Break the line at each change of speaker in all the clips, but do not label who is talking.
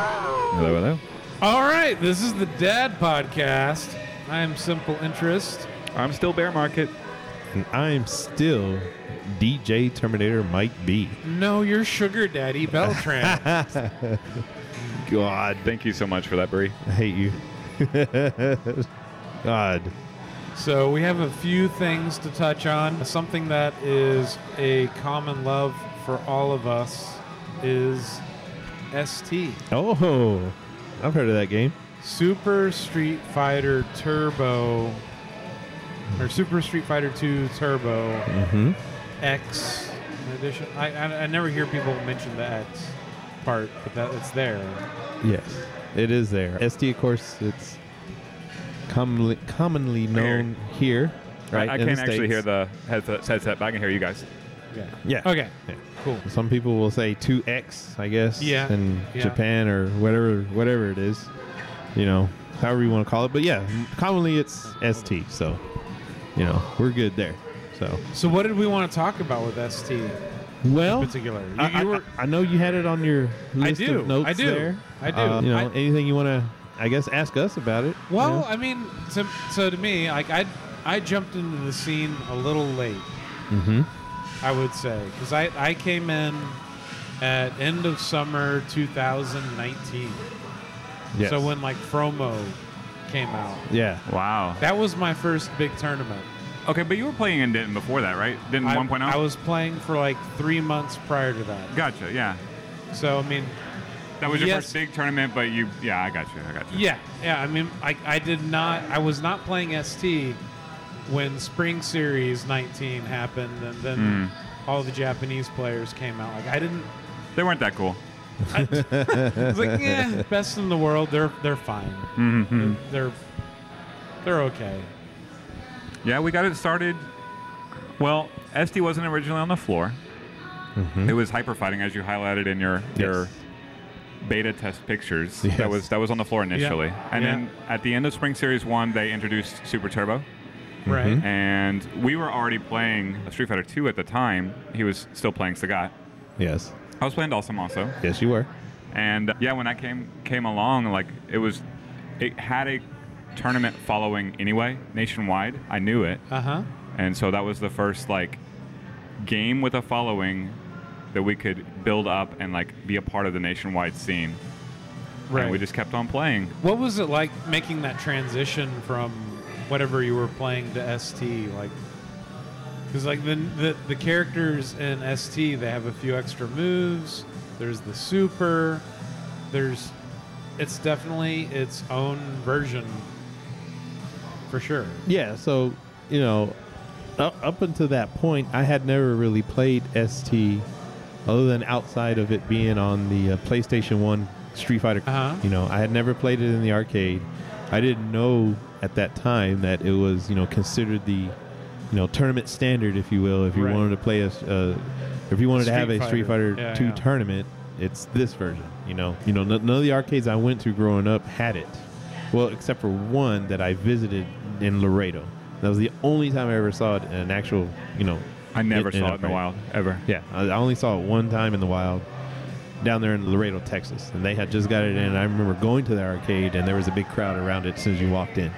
Hello, hello.
All right, this is the Dad Podcast. I am Simple Interest.
I'm still bear market.
And I'm still DJ Terminator Mike B.
No, you're Sugar Daddy Beltran.
God, thank you so much for that, Brie.
I hate you. God.
so, we have a few things to touch on. Something that is a common love for all of us is ST.
Oh, I've heard of that game.
Super Street Fighter Turbo or Super Street Fighter 2 Turbo
Mm-hmm.
X edition. I, I I never hear people mention the X part, but that it's there.
Yes, it is there. SD, of course, it's commonly commonly known here. right?
I, I
in the
can't actually
States.
hear the headset, headset, but I can hear you guys.
Yeah.
Yeah.
Okay.
Yeah.
Cool.
Some people will say 2X, I guess,
Yeah,
in
yeah.
Japan or whatever whatever it is, you know, however you want to call it. But yeah, commonly it's ST. So, you know, we're good there. So,
So what did we want to talk about with ST
well,
in particular? You,
I,
you
I-
were
I know you had it on your list
do,
of notes
I do,
there. Uh,
I do.
you know,
Um, I-
anything you want to, I guess, ask us about it. you
well.
know?
I mean, so, so to me, like I I jumped into the scene a little late.
Mhm.
I would say because I I came in at end of summer 2019.
Yes.
So when like Fromo came out,
yeah.
Wow.
that was my first big tournament.
Okay, but you were playing in Denton before that, right? Denton oh?
I,
1.0?
I was playing for like three months prior to that.
Gotcha, yeah.
So I mean,
That was your
Yes.
first big tournament, but you, yeah, I got you. I got you.
yeah, yeah. I mean, I, I did not. I was not playing ST when Spring Series 19 happened, and then
Hmm.
all the Japanese players came out. Like I didn't.
They weren't that cool.
I was like, yeah, best in the world. They're they're fine.
Mm-hmm.
They're they're okay.
Yeah, we got it started. Well, SD wasn't originally on the floor.
Mm-hmm.
It was hyper fighting, as you highlighted in your your beta test pictures.
Yes.
That was that was on the floor initially, and
Yeah.
then at the end of Spring Series One, they introduced Super Turbo, Mm-hmm.
Right.
and we were already playing Street Fighter Two at the time. He was still playing Sagat.
Yes.
I was playing Dalsum also,
Yes, you were.
and uh, yeah, when I came came along, like it was, it had a tournament following anyway nationwide. I knew it.
Uh huh.
And so that was the first like game with a following that we could build up and like be a part of the nationwide scene.
Right.
And we just kept on playing.
What was it like making that transition from whatever you were playing to ST? Like, because like the, the the characters in ST, they have a few extra moves. There's the super. There's, it's definitely its own version, for sure.
Yeah. So, you know, up, up until that point, I had never really played ST other than outside of it being on the uh, PlayStation 1 Street Fighter.
Uh-huh.
You know, I had never played it in the arcade. I didn't know at that time that it was, you know, considered the, you know, tournament standard, if you will. If you
Right.
wanted to play a, s- uh, if you wanted to have
Street
a Street
Fighter.
Fighter
Yeah,
2
yeah.
tournament, it's this version. You know, you know, none none of the arcades I went to growing up had it. Well, except for one that I visited in Laredo. That was the only time I ever saw it in an actual, you know.
I never saw it in the
arcade.
wild ever.
Yeah, I I only saw it one time in the wild down there in Laredo, Texas. And they had just got it in. I remember going to the arcade and there was a big crowd around it as soon as you walked in.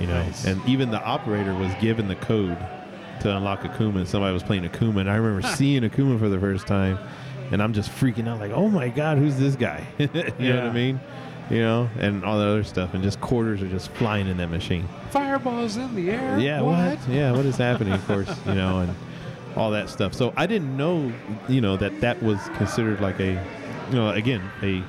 You know,
Nice.
and even the operator was given the code to unlock Akuma and somebody was playing Akuma and I remember seeing Akuma for the first time and I'm just freaking out like, "Oh my god, who's this guy?" you know what
Yeah.
I mean? You know, and all that other stuff and just quarters are just flying in that machine.
Fireballs in the air.
Yeah, what? Yeah, what is happening? Of course, you know, and all that stuff. So I didn't know, you know, that that was considered like a, you know, again a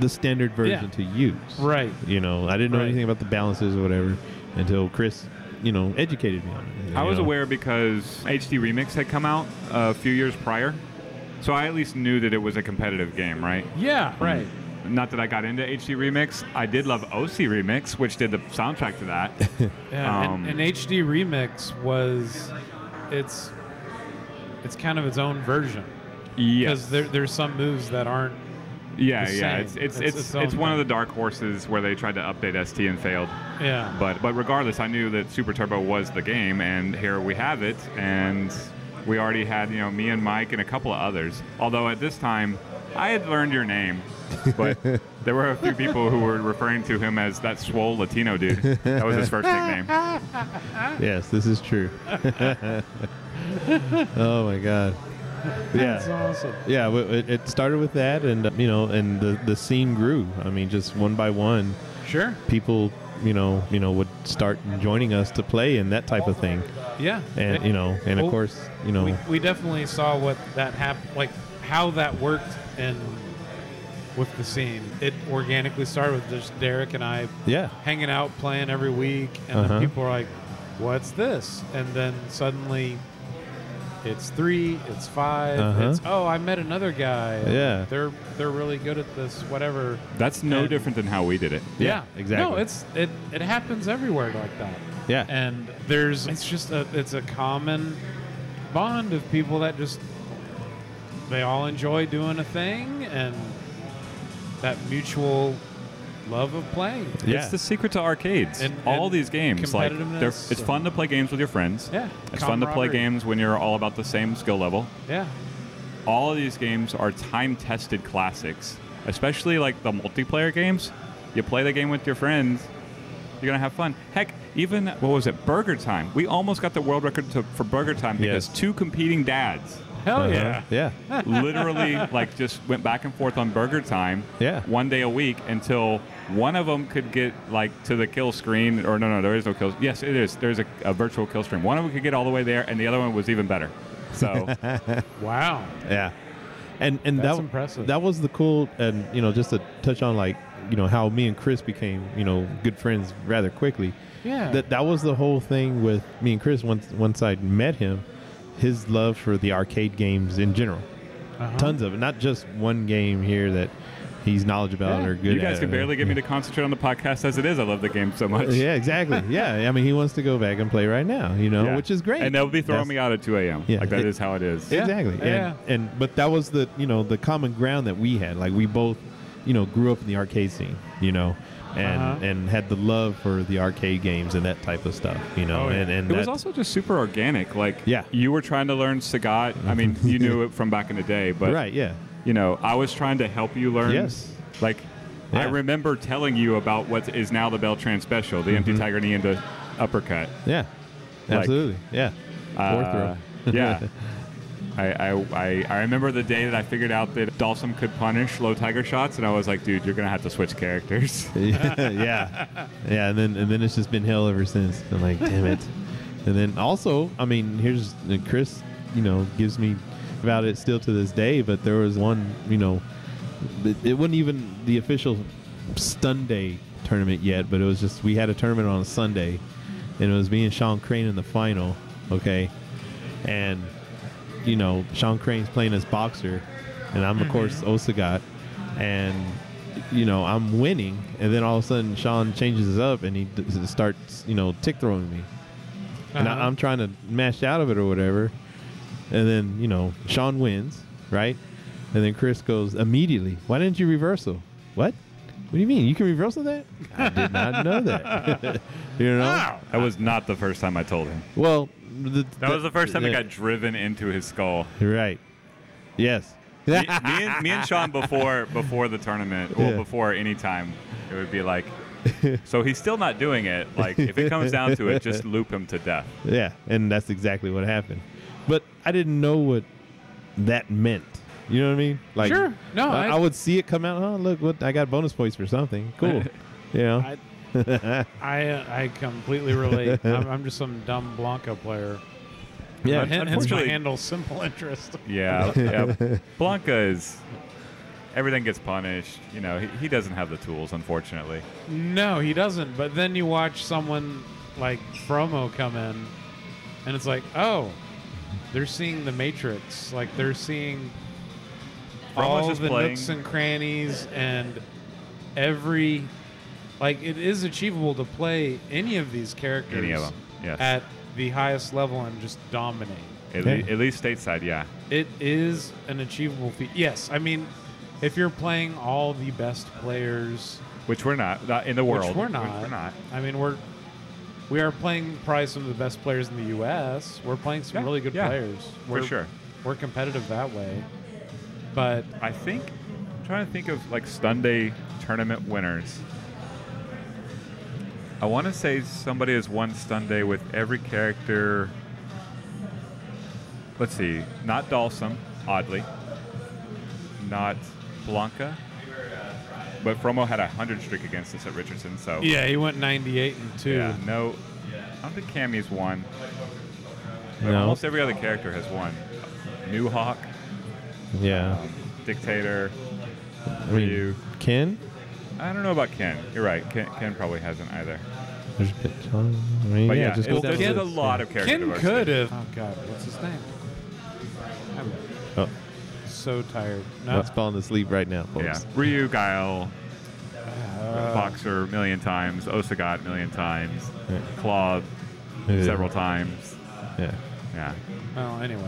the standard version
Yeah.
to use.
Right.
You know, I didn't know
Right.
anything about the balances or whatever until Chris, you know, educated me on it.
I
you
was
know.
aware because HD Remix had come out a few years prior. So I at least knew that it was a competitive game, right?
Yeah. Right.
Not that I got into HD Remix. I did love OC Remix, which did the soundtrack to that.
Yeah,
Um,
and, and HD remix was, it's, it's kind of its own version. because
yes.
there, there's some moves that aren't
Yeah,
the
yeah.
same.
It's it's
It's
it's,
its
it's,
own
one of
thing.
the dark horses where they tried to update ST and failed.
yeah
uh,
But but regardless, I knew that Super Turbo was the game, and here we have it. And we already had you know me and Mike and a couple of others. Although at this time, I had learned your name. but there were a few people who were referring to him as that swole Latino dude. That was his first nickname.
Yes, this is true. oh my god.
That's
Yeah.
awesome.
Yeah, w- it, it started with that, and uh, you know, and the, the scene grew. I mean, just one by one,
Sure.
people, you know, you know, would start joining us to play and that type of thing.
Yeah.
And you know, and
Well,
of course, you know,
Oh. we, we definitely saw what that happened, like how that worked and with the scene. It organically started with just Derek and I
yeah,
hanging out, playing every week, and
Uh-huh.
then people are like, "What's this?" And then suddenly, it's three, it's 5
Uh-huh.
it's oh, I met another guy. and
Yeah.
they're they're really good at this, whatever.
That's no
And-
different than how we did it.
Yeah, exactly.
No, it's it it happens everywhere like that,
yeah,
and there's it's just a it's a common bond of people that just they all enjoy doing a thing and that mutual love of playing.
yeah.
It's the secret to arcades.
And-
all
and
these games, like
competitiveness
they're, it's
and-
fun to play games with your friends.
Yeah,
It's fun to play
camaraderie.
games when you're all about the same skill level.
Yeah.
All of these games are time-tested classics, especially like the multiplayer games. You play the game with your friends, you're gonna have fun. Heck, even what was it? Burger Time. We almost got the world record to, for Burger Time because
Yes.
two competing dads
Hell
Uh-huh.
Oh, yeah.
yeah,
literally like just went back and forth on burger time
Yeah.
one day a week until one of them could get like to the kill screen or no no there is no kill yes it is there's a, a virtual kill screen one of them could get all the way there and the other one was even better so
Wow.
yeah. And and
That's
that
impressive.
that was the cool, and you know, just to touch on like you know how me and Chris became you know good friends rather quickly.
Yeah.
that that was the whole thing with me and Chris once once I met him, his love for the arcade games in general,
Uh-huh.
tons of it, not just one game here that he's knowledgeable about
Yeah.
or good.
you guys
at.
can barely get me to concentrate on the podcast as it is i love the game so much
Yeah, exactly. Yeah, I mean, he wants to go back and play right now, you know,
Yeah.
which is great.
and they'll be throwing
That's-
me out at 2 a.m
Yeah.
like that is
It-
how it is
Yeah.
Exactly.
Yeah.
And, and but that was the you know the common ground that we had. Like we both, you know, grew up in the arcade scene, you know, and
Uh-huh.
and had the love for the arcade games and that type of stuff, you know.
Oh, yeah.
And and
It was
that-
also just super organic. Like,
Yeah.
you were trying to learn Sagat. I mean, you knew it from back in the day, but
right. Yeah.
you know, I was trying to help you learn.
Yes.
Like, I
Yeah.
remember telling you about what is now the Beltran special, the
Mm-hmm.
empty tiger knee into uppercut.
Yeah.
Like,
Absolutely. yeah.
Uh,
Or throw.
yeah. I, I, I, I remember the day that I figured out that Dalsum could punish low tiger shots, and I was like, dude, you're going to have to switch characters.
yeah. Yeah. And then and then it's just been hell ever since. I'm like, damn it. And then also, I mean, here's and Chris, you know, gives me about it still to this day, but there was one, you know, it, it wasn't even the official stun day tournament yet, but it was just we had a tournament on a Sunday and it was me and Sean Crane in the final, okay? And you know, Sean Crane's playing as boxer, and I'm of course Osagat, and you know I'm winning, and then all of a sudden Sean changes it up and he d- s- starts you know tick throwing me, and
Uh-huh.
I, I'm trying to mash out of it or whatever, and then you know Sean wins, right? And then Chris goes immediately, "Why didn't you reversal? What? What do you mean? You can reversal that? I did not know that. Ah. you know?
That was not the first time I told him.
Well, the,
That was the first time it
the-
got driven into his skull.
right. Yes.
me, me and, me and Sean before before the tournament or
Yeah.
before any time, it would be like. So he's still not doing it. Like if it comes down to it, just loop him to death.
Yeah, and that's exactly what happened. But I didn't know what that meant. You know what I mean? Like,
Sure. No,
I,
I-
I would see it come out. Oh, look, what I got bonus points for something. Cool. you know?
I, I I completely relate. I'm, I'm just some dumb Blanca player.
yeah.
But hence- hence my
unfortunately-
handle simple interest.
Yeah, yeah. Blanca is. Everything gets punished. You know, he, he doesn't have the tools, unfortunately.
No, he doesn't. But then you watch someone like Promo come in, and it's like, oh, they're seeing the Matrix. Like they're seeing
Fromo's
all
just
the
playing.
nooks and crannies and every. Like it is achievable to play any of these characters
Any of them, yes.
at the highest level and just dominate.
At,
Yeah.
le- at least stateside, yeah.
It is an achievable feat. Yes, I mean, if you're playing all the best players,
Which we're not, not in the world.
which we're not,
we're not.
I mean, we're we are playing probably some of the best players in the U.S. We're playing some
Yeah,
really good
yeah,
players.
for
We're,
sure.
We're competitive that way, but
I think trying to think of like Sunday tournament winners. I want to say somebody has won Sunday with every character. Let's see, not Dalsum, oddly, not Blanca, but Fromo had a hundred streak against us at Richardson, so
Yeah, he went 98 and 2.
yeah, no, I don't think Cammy's won. But
No.
Almost every other character has won. New Hawk,
Yeah.
um, Dictator.
I mean,
you-
Ken?
I don't know about Ken. You're right. Ken, Ken probably hasn't either.
There's been John. I mean,
But
yeah,
Oh, yeah,
just
it's-
go down
there's a
the list,
lot
yeah.
of character
Ken
diversity.
could have. Oh, God, what's his name? I'm
Oh,
so tired. No.
that's falling asleep right now, folks.
Yeah. Ryu, Guile,
Uh,
Boxer, million times. Osagat, million times.
Yeah.
Claw,
Yeah.
several times.
Yeah.
Yeah.
Well, anyway.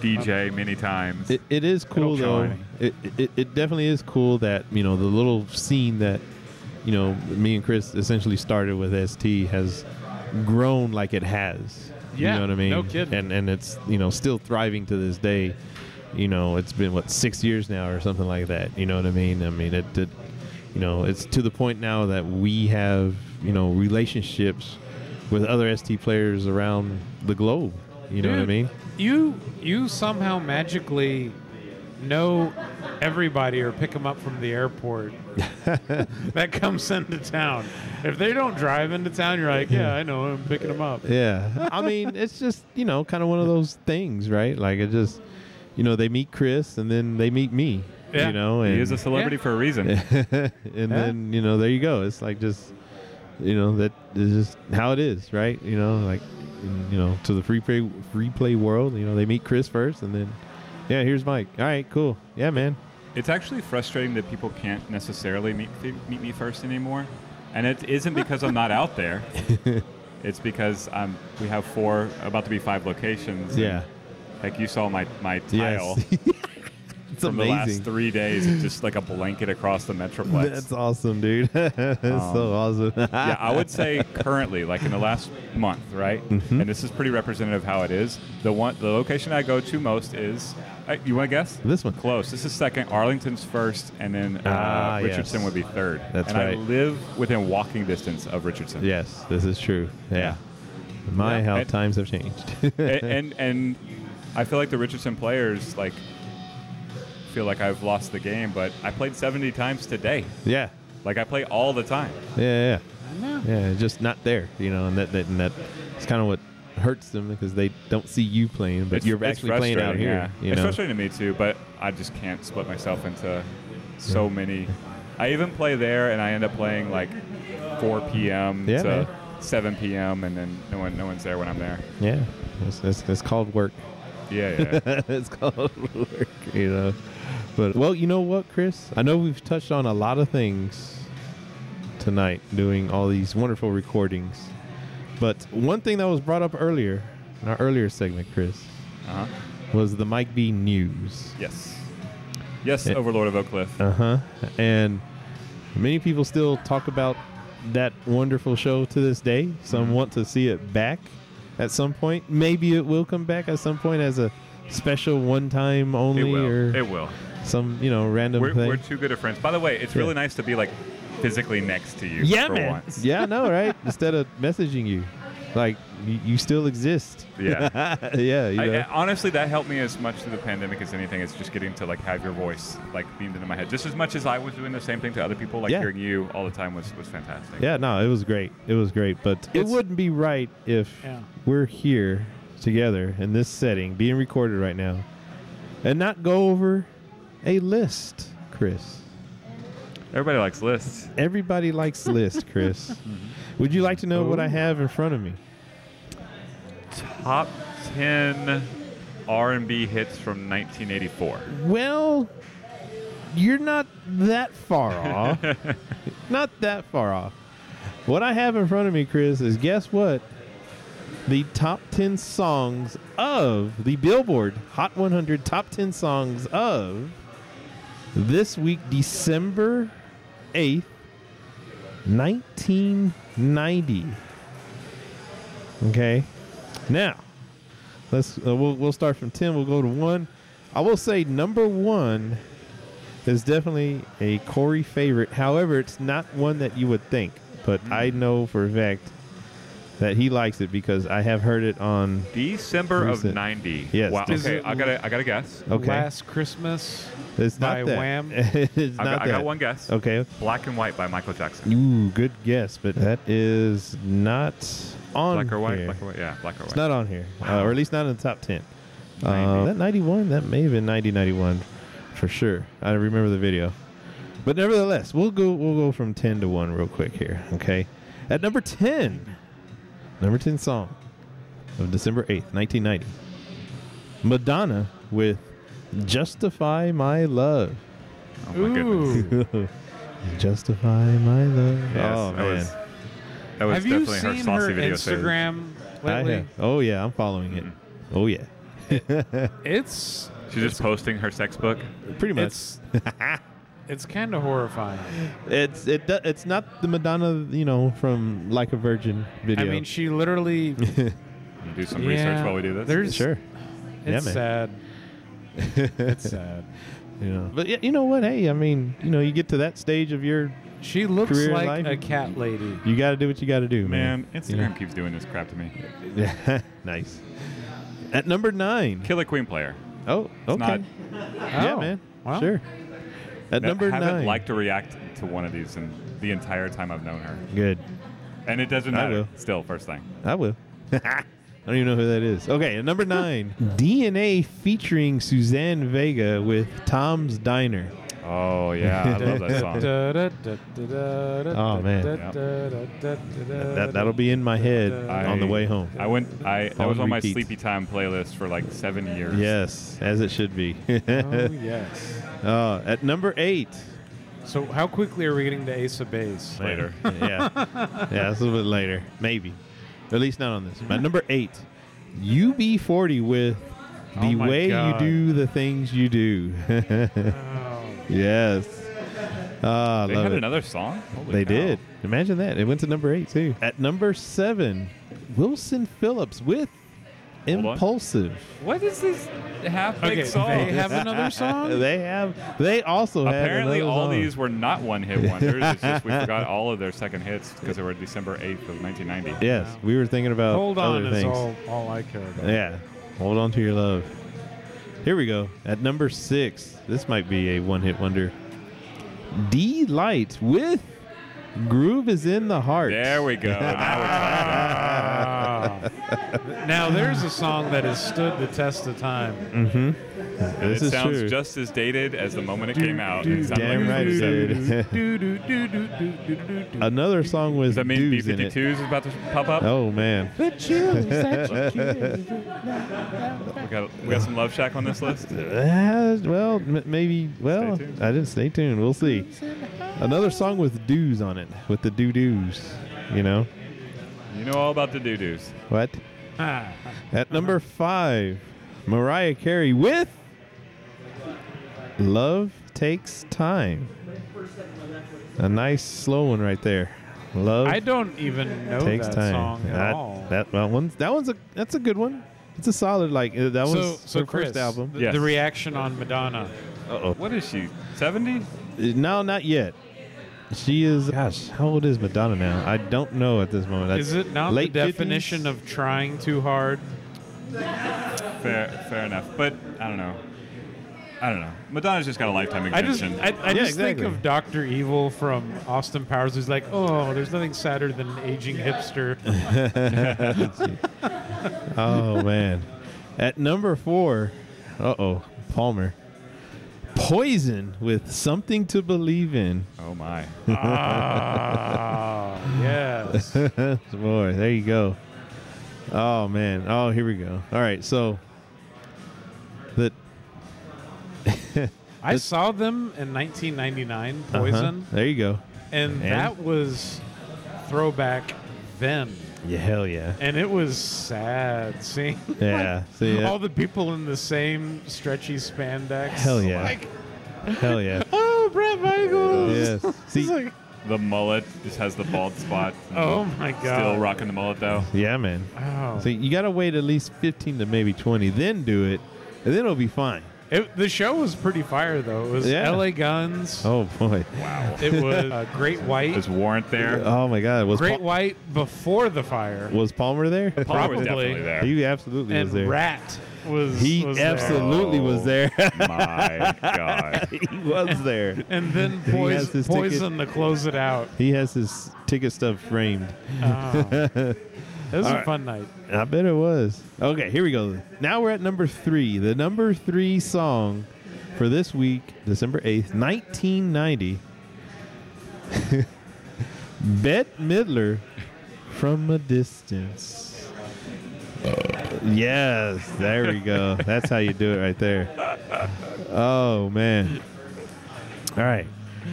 DJ, many times.
Uh, It, it is cool
It'll
though.
try.
It, it it definitely is cool that you know the little scene that you know me and Chris essentially started with ST has grown like it has.
Yeah,
you know what I mean.
no kidding.
And and it's you know still thriving to this day. You know, it's been what six years now or something like that. You know what I mean? I mean it. it you know, it's to the point now that we have you know relationships with other ST players around the globe. You know what I
Dude,
mean?
You you somehow magically know everybody or pick them up from the airport that comes into town. If they don't drive into town, you're like, yeah, I know, I'm picking them up.
Yeah. I mean, it's just, you know, kind of one of those things, right? Like, it just, you know, they meet Chris and then they meet me,
Yeah.
you know,
he
and,
is a celebrity for a reason.
and then, you know, there you go. It's like just, you know, that is just how it is, right? You know, like, in- you know, to the free play, free play world, you know, they meet Chris first and then, yeah, here's Mike. All right, cool. Yeah, man.
It's actually frustrating that people can't necessarily meet meet me first anymore, and it isn't because I'm not out there. It's because um, we have four, about to be five locations. and
Yeah.
Like you saw my my tile
Yes. it's
from the last
amazing.
three days, it's just like a blanket across the metroplex.
That's awesome, dude. That's so awesome.
Um, yeah, I would say currently, like in the last month, right?
Mm-hmm.
And this is pretty representative how it is. The one, the location I go to most is. Uh, you want to guess?
This one.
Close. This is second. Arlington's first, and then uh,
Ah,
Richardson
yes.
would be third.
That's
and
right.
I live within walking distance of Richardson.
Yes, this is true. Yeah. My
Yeah,
how
and-
times have changed.
A- and and I feel like the Richardson players like feel like I've lost the game, but I played 70 times today.
yeah.
Like I play all the time.
Yeah, yeah.
No.
Yeah, it's just not there, you know, and that that and that it's kind of what hurts them because they don't see you playing, but you're actually playing out
frustrating,
here,
yeah.
you
it's
know.
frustrating to me too, but I just can't split myself into so many. I even play there, and I end up playing like 4 p.m.
Yeah,
to
man.
7 p.m. and then no one, no one's there when I'm there.
Yeah. It's, it's, it's called work.
Yeah, yeah. yeah.
it's called work, you know. But well, you know what, Chris? I know we've touched on a lot of things tonight doing all these wonderful recordings. But one thing that was brought up earlier in our earlier segment, Chris,
uh-huh.
was the Mike B news.
Yes, yes,
Yeah.
Overlord of Oak Cliff.
Uh huh. And many people still talk about that wonderful show to this day.
Mm-hmm.
Some want to see it back at some point. Maybe it will come back at some point as a special one time
it
only
will.
or
It will.
some, you know, random
We're,
thing.
we're too good of friends. By the way, it's
Yeah.
really nice to be like physically next to you for once.
Yeah, no, right? Instead of messaging you, like, you, you still exist.
Yeah.
yeah, you
I-
know.
I- honestly, that helped me as much through the pandemic as anything. It's just getting to like have your voice like beamed into my head, just as much as I was doing the same thing to other people. Like
Yeah.
hearing you all the time was was fantastic.
Yeah, no, it was great. It was great, but it
It's-
wouldn't be right if
Yeah.
we're here together in this setting, being recorded right now, and not go over a list, Chris.
Everybody likes lists.
Everybody likes lists, Chris.
Mm-hmm.
Would you like to know what I
Ooh.
have in front of me?
Top ten R and B hits from 1984.
Well, you're not that far off. not that far off. What I have in front of me, Chris, is guess what? The top 10 songs of the Billboard Hot 100 top 10 songs of this week, December 8th, 1990. Okay. Now, let's uh, we'll, we'll start from 10 we'll go to 1 i will say number one It's definitely a Corey favorite. However, it's not one that you would think, but I
Mm-hmm.
know for a fact that he likes it because I have heard it on.
December of
Recent.
'90.
Yes.
Wow.
Is
Okay,
it-
I gotta, I gotta guess.
Okay.
Last Christmas.
It's not
By
that.
Wham?
it's
I
not
got, I
that.
got one guess.
Okay.
Black and White by Michael Jackson.
Ooh, good guess, but that is not on
Black or white?
here.
Black or white? Yeah, black or white.
It's not on here, uh, or at least not in the top ten. Uh,
90.
that ninety-one, that may have been ninety ninety-one, for sure. I remember the video, but nevertheless, we'll go we'll go from ten to one real quick here. Okay, at number ten, number ten song of December eighth, nineteen ninety, Madonna with "Justify My Love."
oh my goodness.
Ooh.
Justify my love.
Yes,
oh
that
man,
was that was
Have you
definitely
seen
her
her,
saucy video. series.
Instagram
I
lately?
have- Oh yeah, I'm following it.
Mm-hmm.
Oh yeah,
It's
She's just posting her sex book.
pretty much.
it's it's kind of horrifying.
It's it do- it's not the Madonna, you know, from Like a Virgin video.
I mean, she literally.
Do some
Yeah,
research while we do this.
There's,
sure, Yeah,
It's
man.
uh,
sad. it's sad.
you know. But yeah, you know what? Hey, I mean, you know, you get to that stage of your,
She looks
Career
like
life.
a cat lady.
you got to do what you got to do,
Man,
man.
Instagram keeps doing this crap to me.
Yeah. nice. At number nine.
Killer Queen player.
Oh, okay.
not-
yeah,
Oh,
man.
well.
Sure. At number
I haven't
nine.
liked to react to one of these in the entire time I've known her,
Good.
and it doesn't
I
matter.
will.
Still, first thing.
I will. I don't even know who that is. Okay, at number nine, DNA featuring Suzanne Vega with Tom's Diner.
Oh yeah, I love that song.
Oh
Oh, man. That, that'll be in my head on the
I-
way home.
I went. I that
On
was on my
repeat.
sleepy time playlist for like seven years.
Yes, as it should be.
Oh yes.
Uh, at number eight.
So how quickly are we getting to Ace of Base?
Later.
yeah. Yeah, that's a little bit later. Maybe. At least not on this. At number eight, UB40 with
Oh
The
my
Way
God.
You Do the Things You Do.
Oh,
yes. Ah, I
They
love
had
it.
another song. Holy
They
cow.
did. Imagine that. It went to number eight, too. At number seven, Wilson Phillips with
Hold on.
Impulsive.
What is this half big
Okay,
song?
they have another song.
they have. They also have.
Apparently,
another
all
song.
these were not one hit wonders. it's just we forgot all of their second hits because they were December 8th of 1990.
Yes, we were thinking about
Hold on
Oh, other
is
things.
all, all I care about.
Yeah. Hold on to your love. Here we go. At number six, this might be a one hit wonder. D Light with Groove is in the Heart.
There we go. Now we're talking.
Ah. now there's a song that has stood the test of time.
And
This
it
is
sounds
true.
just as dated as the moment it came out. It sounded
Damn
like
right it
57.
did.
Do, do, do, do, do, do, do, do.
Another song with
Does that mean B
Doos in it.
52s is about to pop up?
Oh, man.
The chills that you give.
We, got, we got some Love Shack on this list.
Uh, well, m- maybe. Well,
tuned.
I didn't stay tuned. We'll see. Another song with Doos on it, with the doo doos. You know?
You know all about the doo doos.
What?
Ah.
At number five, Mariah Carey with Love Takes Time. A nice slow one right there. Love
I don't even know
takes
that
time.
song at
that,
all.
that that one's that one's a that's a good one. It's a solid like uh, that
so,
was
so
her
Chris,
first album.
The,
Yes.
the reaction on Madonna.
Uh-oh.
What is she? 70?
No, not yet. She is gosh, how old is Madonna now? I don't know at this moment. That's
Is it not the
late 50s?
definition of trying too hard?
Fair, fair enough. But I don't know. I don't know. Madonna's just got a lifetime
I just,
exemption.
I, I
Yeah,
just think
exactly.
of Doctor Evil from Austin Powers, who's like, "Oh, there's nothing sadder than an aging hipster."
Oh man. At number four, uh oh, Palmer. Poison with something to believe in.
oh my.
ah, yes.
Boy, there you go. Oh man. Oh, here we go. All right, so the
I saw them in 1999,
uh-huh,
Poison,
there you go.
and, that was throwback then,
Yeah, hell yeah.
and it was sad seeing
Yeah. See
all
that?
the people in the same stretchy spandex.
Hell yeah.
Like,
Hell yeah.
oh, Brett Michaels.
yes.
It's
See,
like,
The mullet just has the bald spot.
oh my god.
Still rocking the mullet though.
yeah, man.
Oh.
So you gotta wait at least fifteen to maybe twenty, then do it, and then it'll be fine.
It, the show was pretty fire though. It was
Yeah.
LA Guns.
Oh boy.
Wow.
It was uh, Great White.
There's Warrant there.
Oh my God. Was
Great
Pal-
White before the fire.
was Palmer there?
Paul was
probably.
definitely there.
He absolutely
and
was there.
Rat was
he
was there. Oh.
absolutely was there.
My God.
he was there.
And then
He has
poison,
his ticket.
poison to close it out.
He has his ticket stuff framed.
Oh. it was a
right.
fun night.
I bet it was. Okay, here we go. Now we're at number three. The number three song for this week, December 8th, 1990. Bette Midler from a distance. Yes, there we go. That's how you do it right there. Oh, man. All right.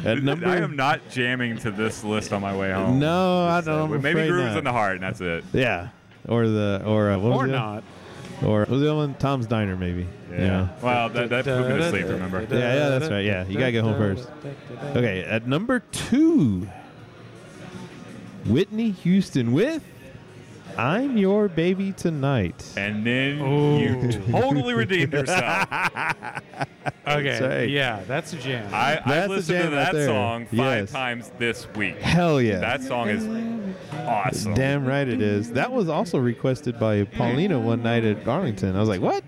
At number,
I am not jamming to this list on my way home.
No, I don't. I'm
Maybe
afraid
Grooves
not.
in the Heart, and that's it.
Yeah. Or the, or uh, what was
Or
the other-
not.
Or what was the other one? Tom's Diner, maybe.
Well, that, that put me to sleep, remember?
Yeah, yeah, that's right. Yeah, you gotta get home first. Okay, at number two, Whitney Houston with "I'm Your Baby Tonight."
And then
Ooh.
you
Oh.
totally redeemed yourself.
Okay.
right.
Yeah, that's a jam.
I,
That's
I
a
listened to
jam right
that
there.
song five
Yes.
times this week.
Hell yeah!
That song is awesome.
damn right it is. That was also requested by Paulina one night at Arlington. I was like, "What?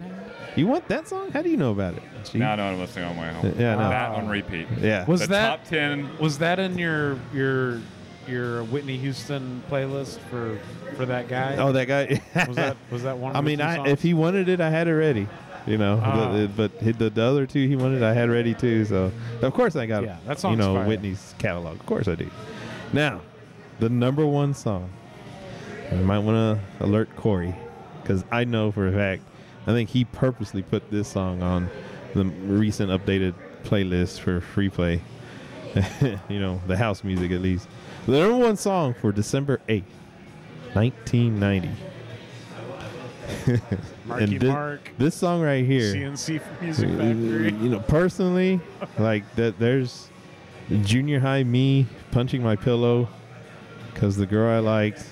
You want that song? How do you know about it?" She-
Now I know what I'm listening on my way home.
Yeah, I know.
That on repeat.
yeah.
Was
the
that-
top 10
Was that in your your your Whitney Houston playlist for for that guy?
oh, that guy.
was that was that one? Of
I
the
mean,
two
I,
songs?
if he wanted it, I had it ready. You know,
Ah.
The- the- but hit the, the other two he wanted, I had ready too. So of course I got
Yeah, that
you
song's
know
fire.
Whitney's catalog. Of course I do. Now, the number one song. I might want to alert Corey because I know for a fact. I think he purposely put this song on the recent updated playlist for free play. you know, the house music at least. The number one song for December eighth, nineteen ninety.
Marky
thi-
Mark,
This song right here.
CNC
Uh,
Music Factory.
You know, personally, like that. There's junior high me punching my pillow because the girl I liked,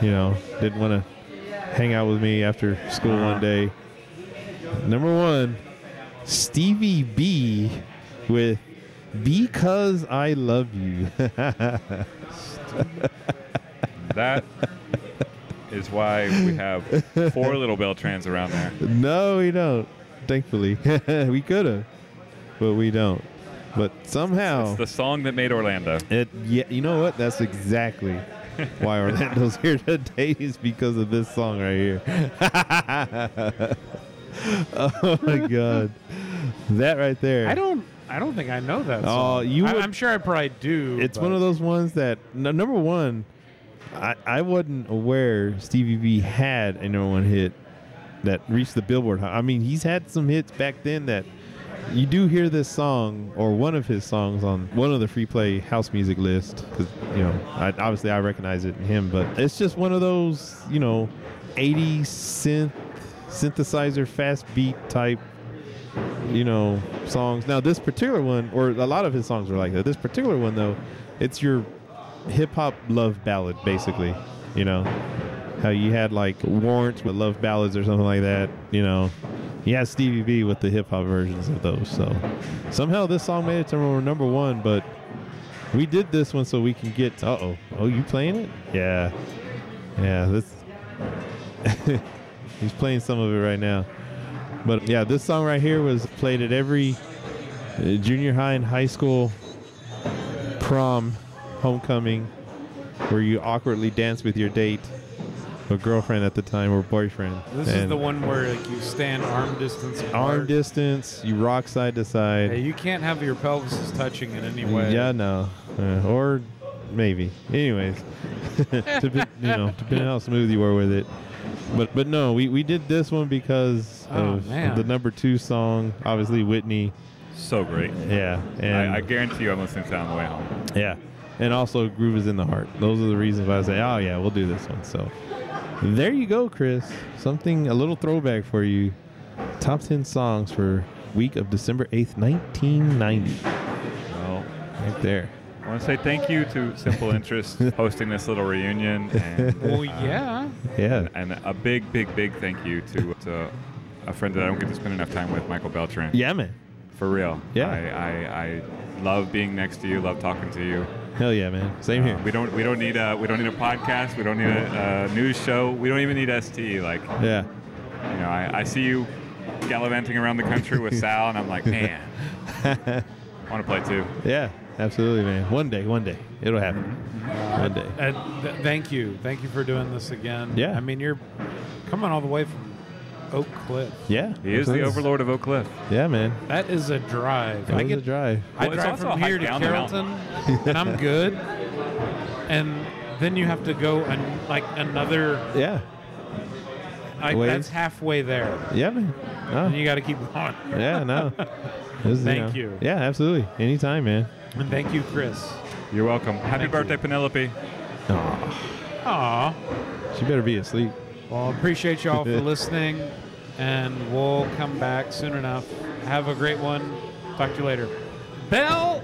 you know, didn't want to hang out with me after school
Uh-huh.
one day. Number one, Stevie B with "Because I Love You."
That is why we have four little Beltrans around there.
no, we don't. Thankfully, we could have, but we don't. But somehow,
It's the song that made Orlando.
It, yeah, you know what? That's exactly why Orlando's here today is because of this song right here. oh my god, that right there.
I don't I don't think I know that.
Oh,
song.
you
I,
would-
I'm sure I probably do.
It's one of those ones that no, number one, I I wasn't aware Stevie V had a number one hit that reached the Billboard. hi- I mean, he's had some hits back then that you do hear this song or one of his songs on one of the free play house music list because you know I, obviously I recognize it in him, but it's just one of those you know, 80 synth synthesizer fast beat type you know songs. Now this particular one, or a lot of his songs were like that. This particular one though, it's your hip hop love ballad basically. You know how you had like Warrants with love ballads or something like that. You know, you had Stevie B with the hip hop versions of those. So somehow this song made it to number- number one, but we did this one so we can get. Uh oh, oh you playing it? Yeah, yeah. This he's playing some of it right now. But yeah, this song right here was played at every uh, junior high and high school prom, homecoming, where you awkwardly dance with your date, or girlfriend at the time, or boyfriend.
This is
And
the one where like you stand arm distance apart.
Arm distance, you rock side to side.
Yeah, you can't have your pelvises touching in any way.
Yeah, no, Uh, or maybe. Anyways, to be, you know, depending how smooth you were with it. But but no, we, we did this one because
Oh,
of
man.
the number two song, obviously Whitney.
So great.
Yeah, and
I, I guarantee you I'm listening to that on the way home.
yeah, and also Groove is in the heart. Those are the reasons why I say, oh yeah, we'll do this one. So there you go, Chris. Something a little throwback for you. Top ten songs for week of December eighth, nineteen ninety.
Well,
Right there.
I want to say thank you to Simple Interest hosting this little reunion. And,
Well, yeah.
Yeah.
and a big, big, big thank you to, to a friend that I don't get to spend enough time with, Michael Beltran.
Yeah, man.
For real.
Yeah.
I, I, I love being next to you. Love talking to you.
Hell yeah, man. Same here.
We don't we don't need a we don't need a podcast. We don't need a, a news show. We don't even need ST. Like you
Yeah.
know, I, I see you gallivanting around the country with Sal, and I'm like, man, I want to play too.
Yeah. Absolutely, man. One day, one day, it'll happen. One day.
Uh, th- thank you, thank you for doing this again.
Yeah.
I mean you're coming all the way from Oak Cliff.
Yeah.
He is the overlord of Oak Cliff.
Yeah, man.
That is a drive.
That
I
was
get
a drive.
I
Well, it's
drive
also
from
a
here
hike
to
down the
Carrollton, and I'm good. And then you have to go and like another.
Yeah.
Like,
Ways.
that's halfway there,
Yeah, man.
and
No.
you got to keep going.
Yeah, no. This is,
Thank
know-
you.
Yeah, absolutely. Anytime, man.
And thank you, Chris.
You're welcome. Happy
Thank
birthday,
you.
Penelope.
Aw,
Aw.
she better be asleep.
Well, appreciate y'all for listening, and we'll come back soon enough. Have a great one. Talk to you later. Bell.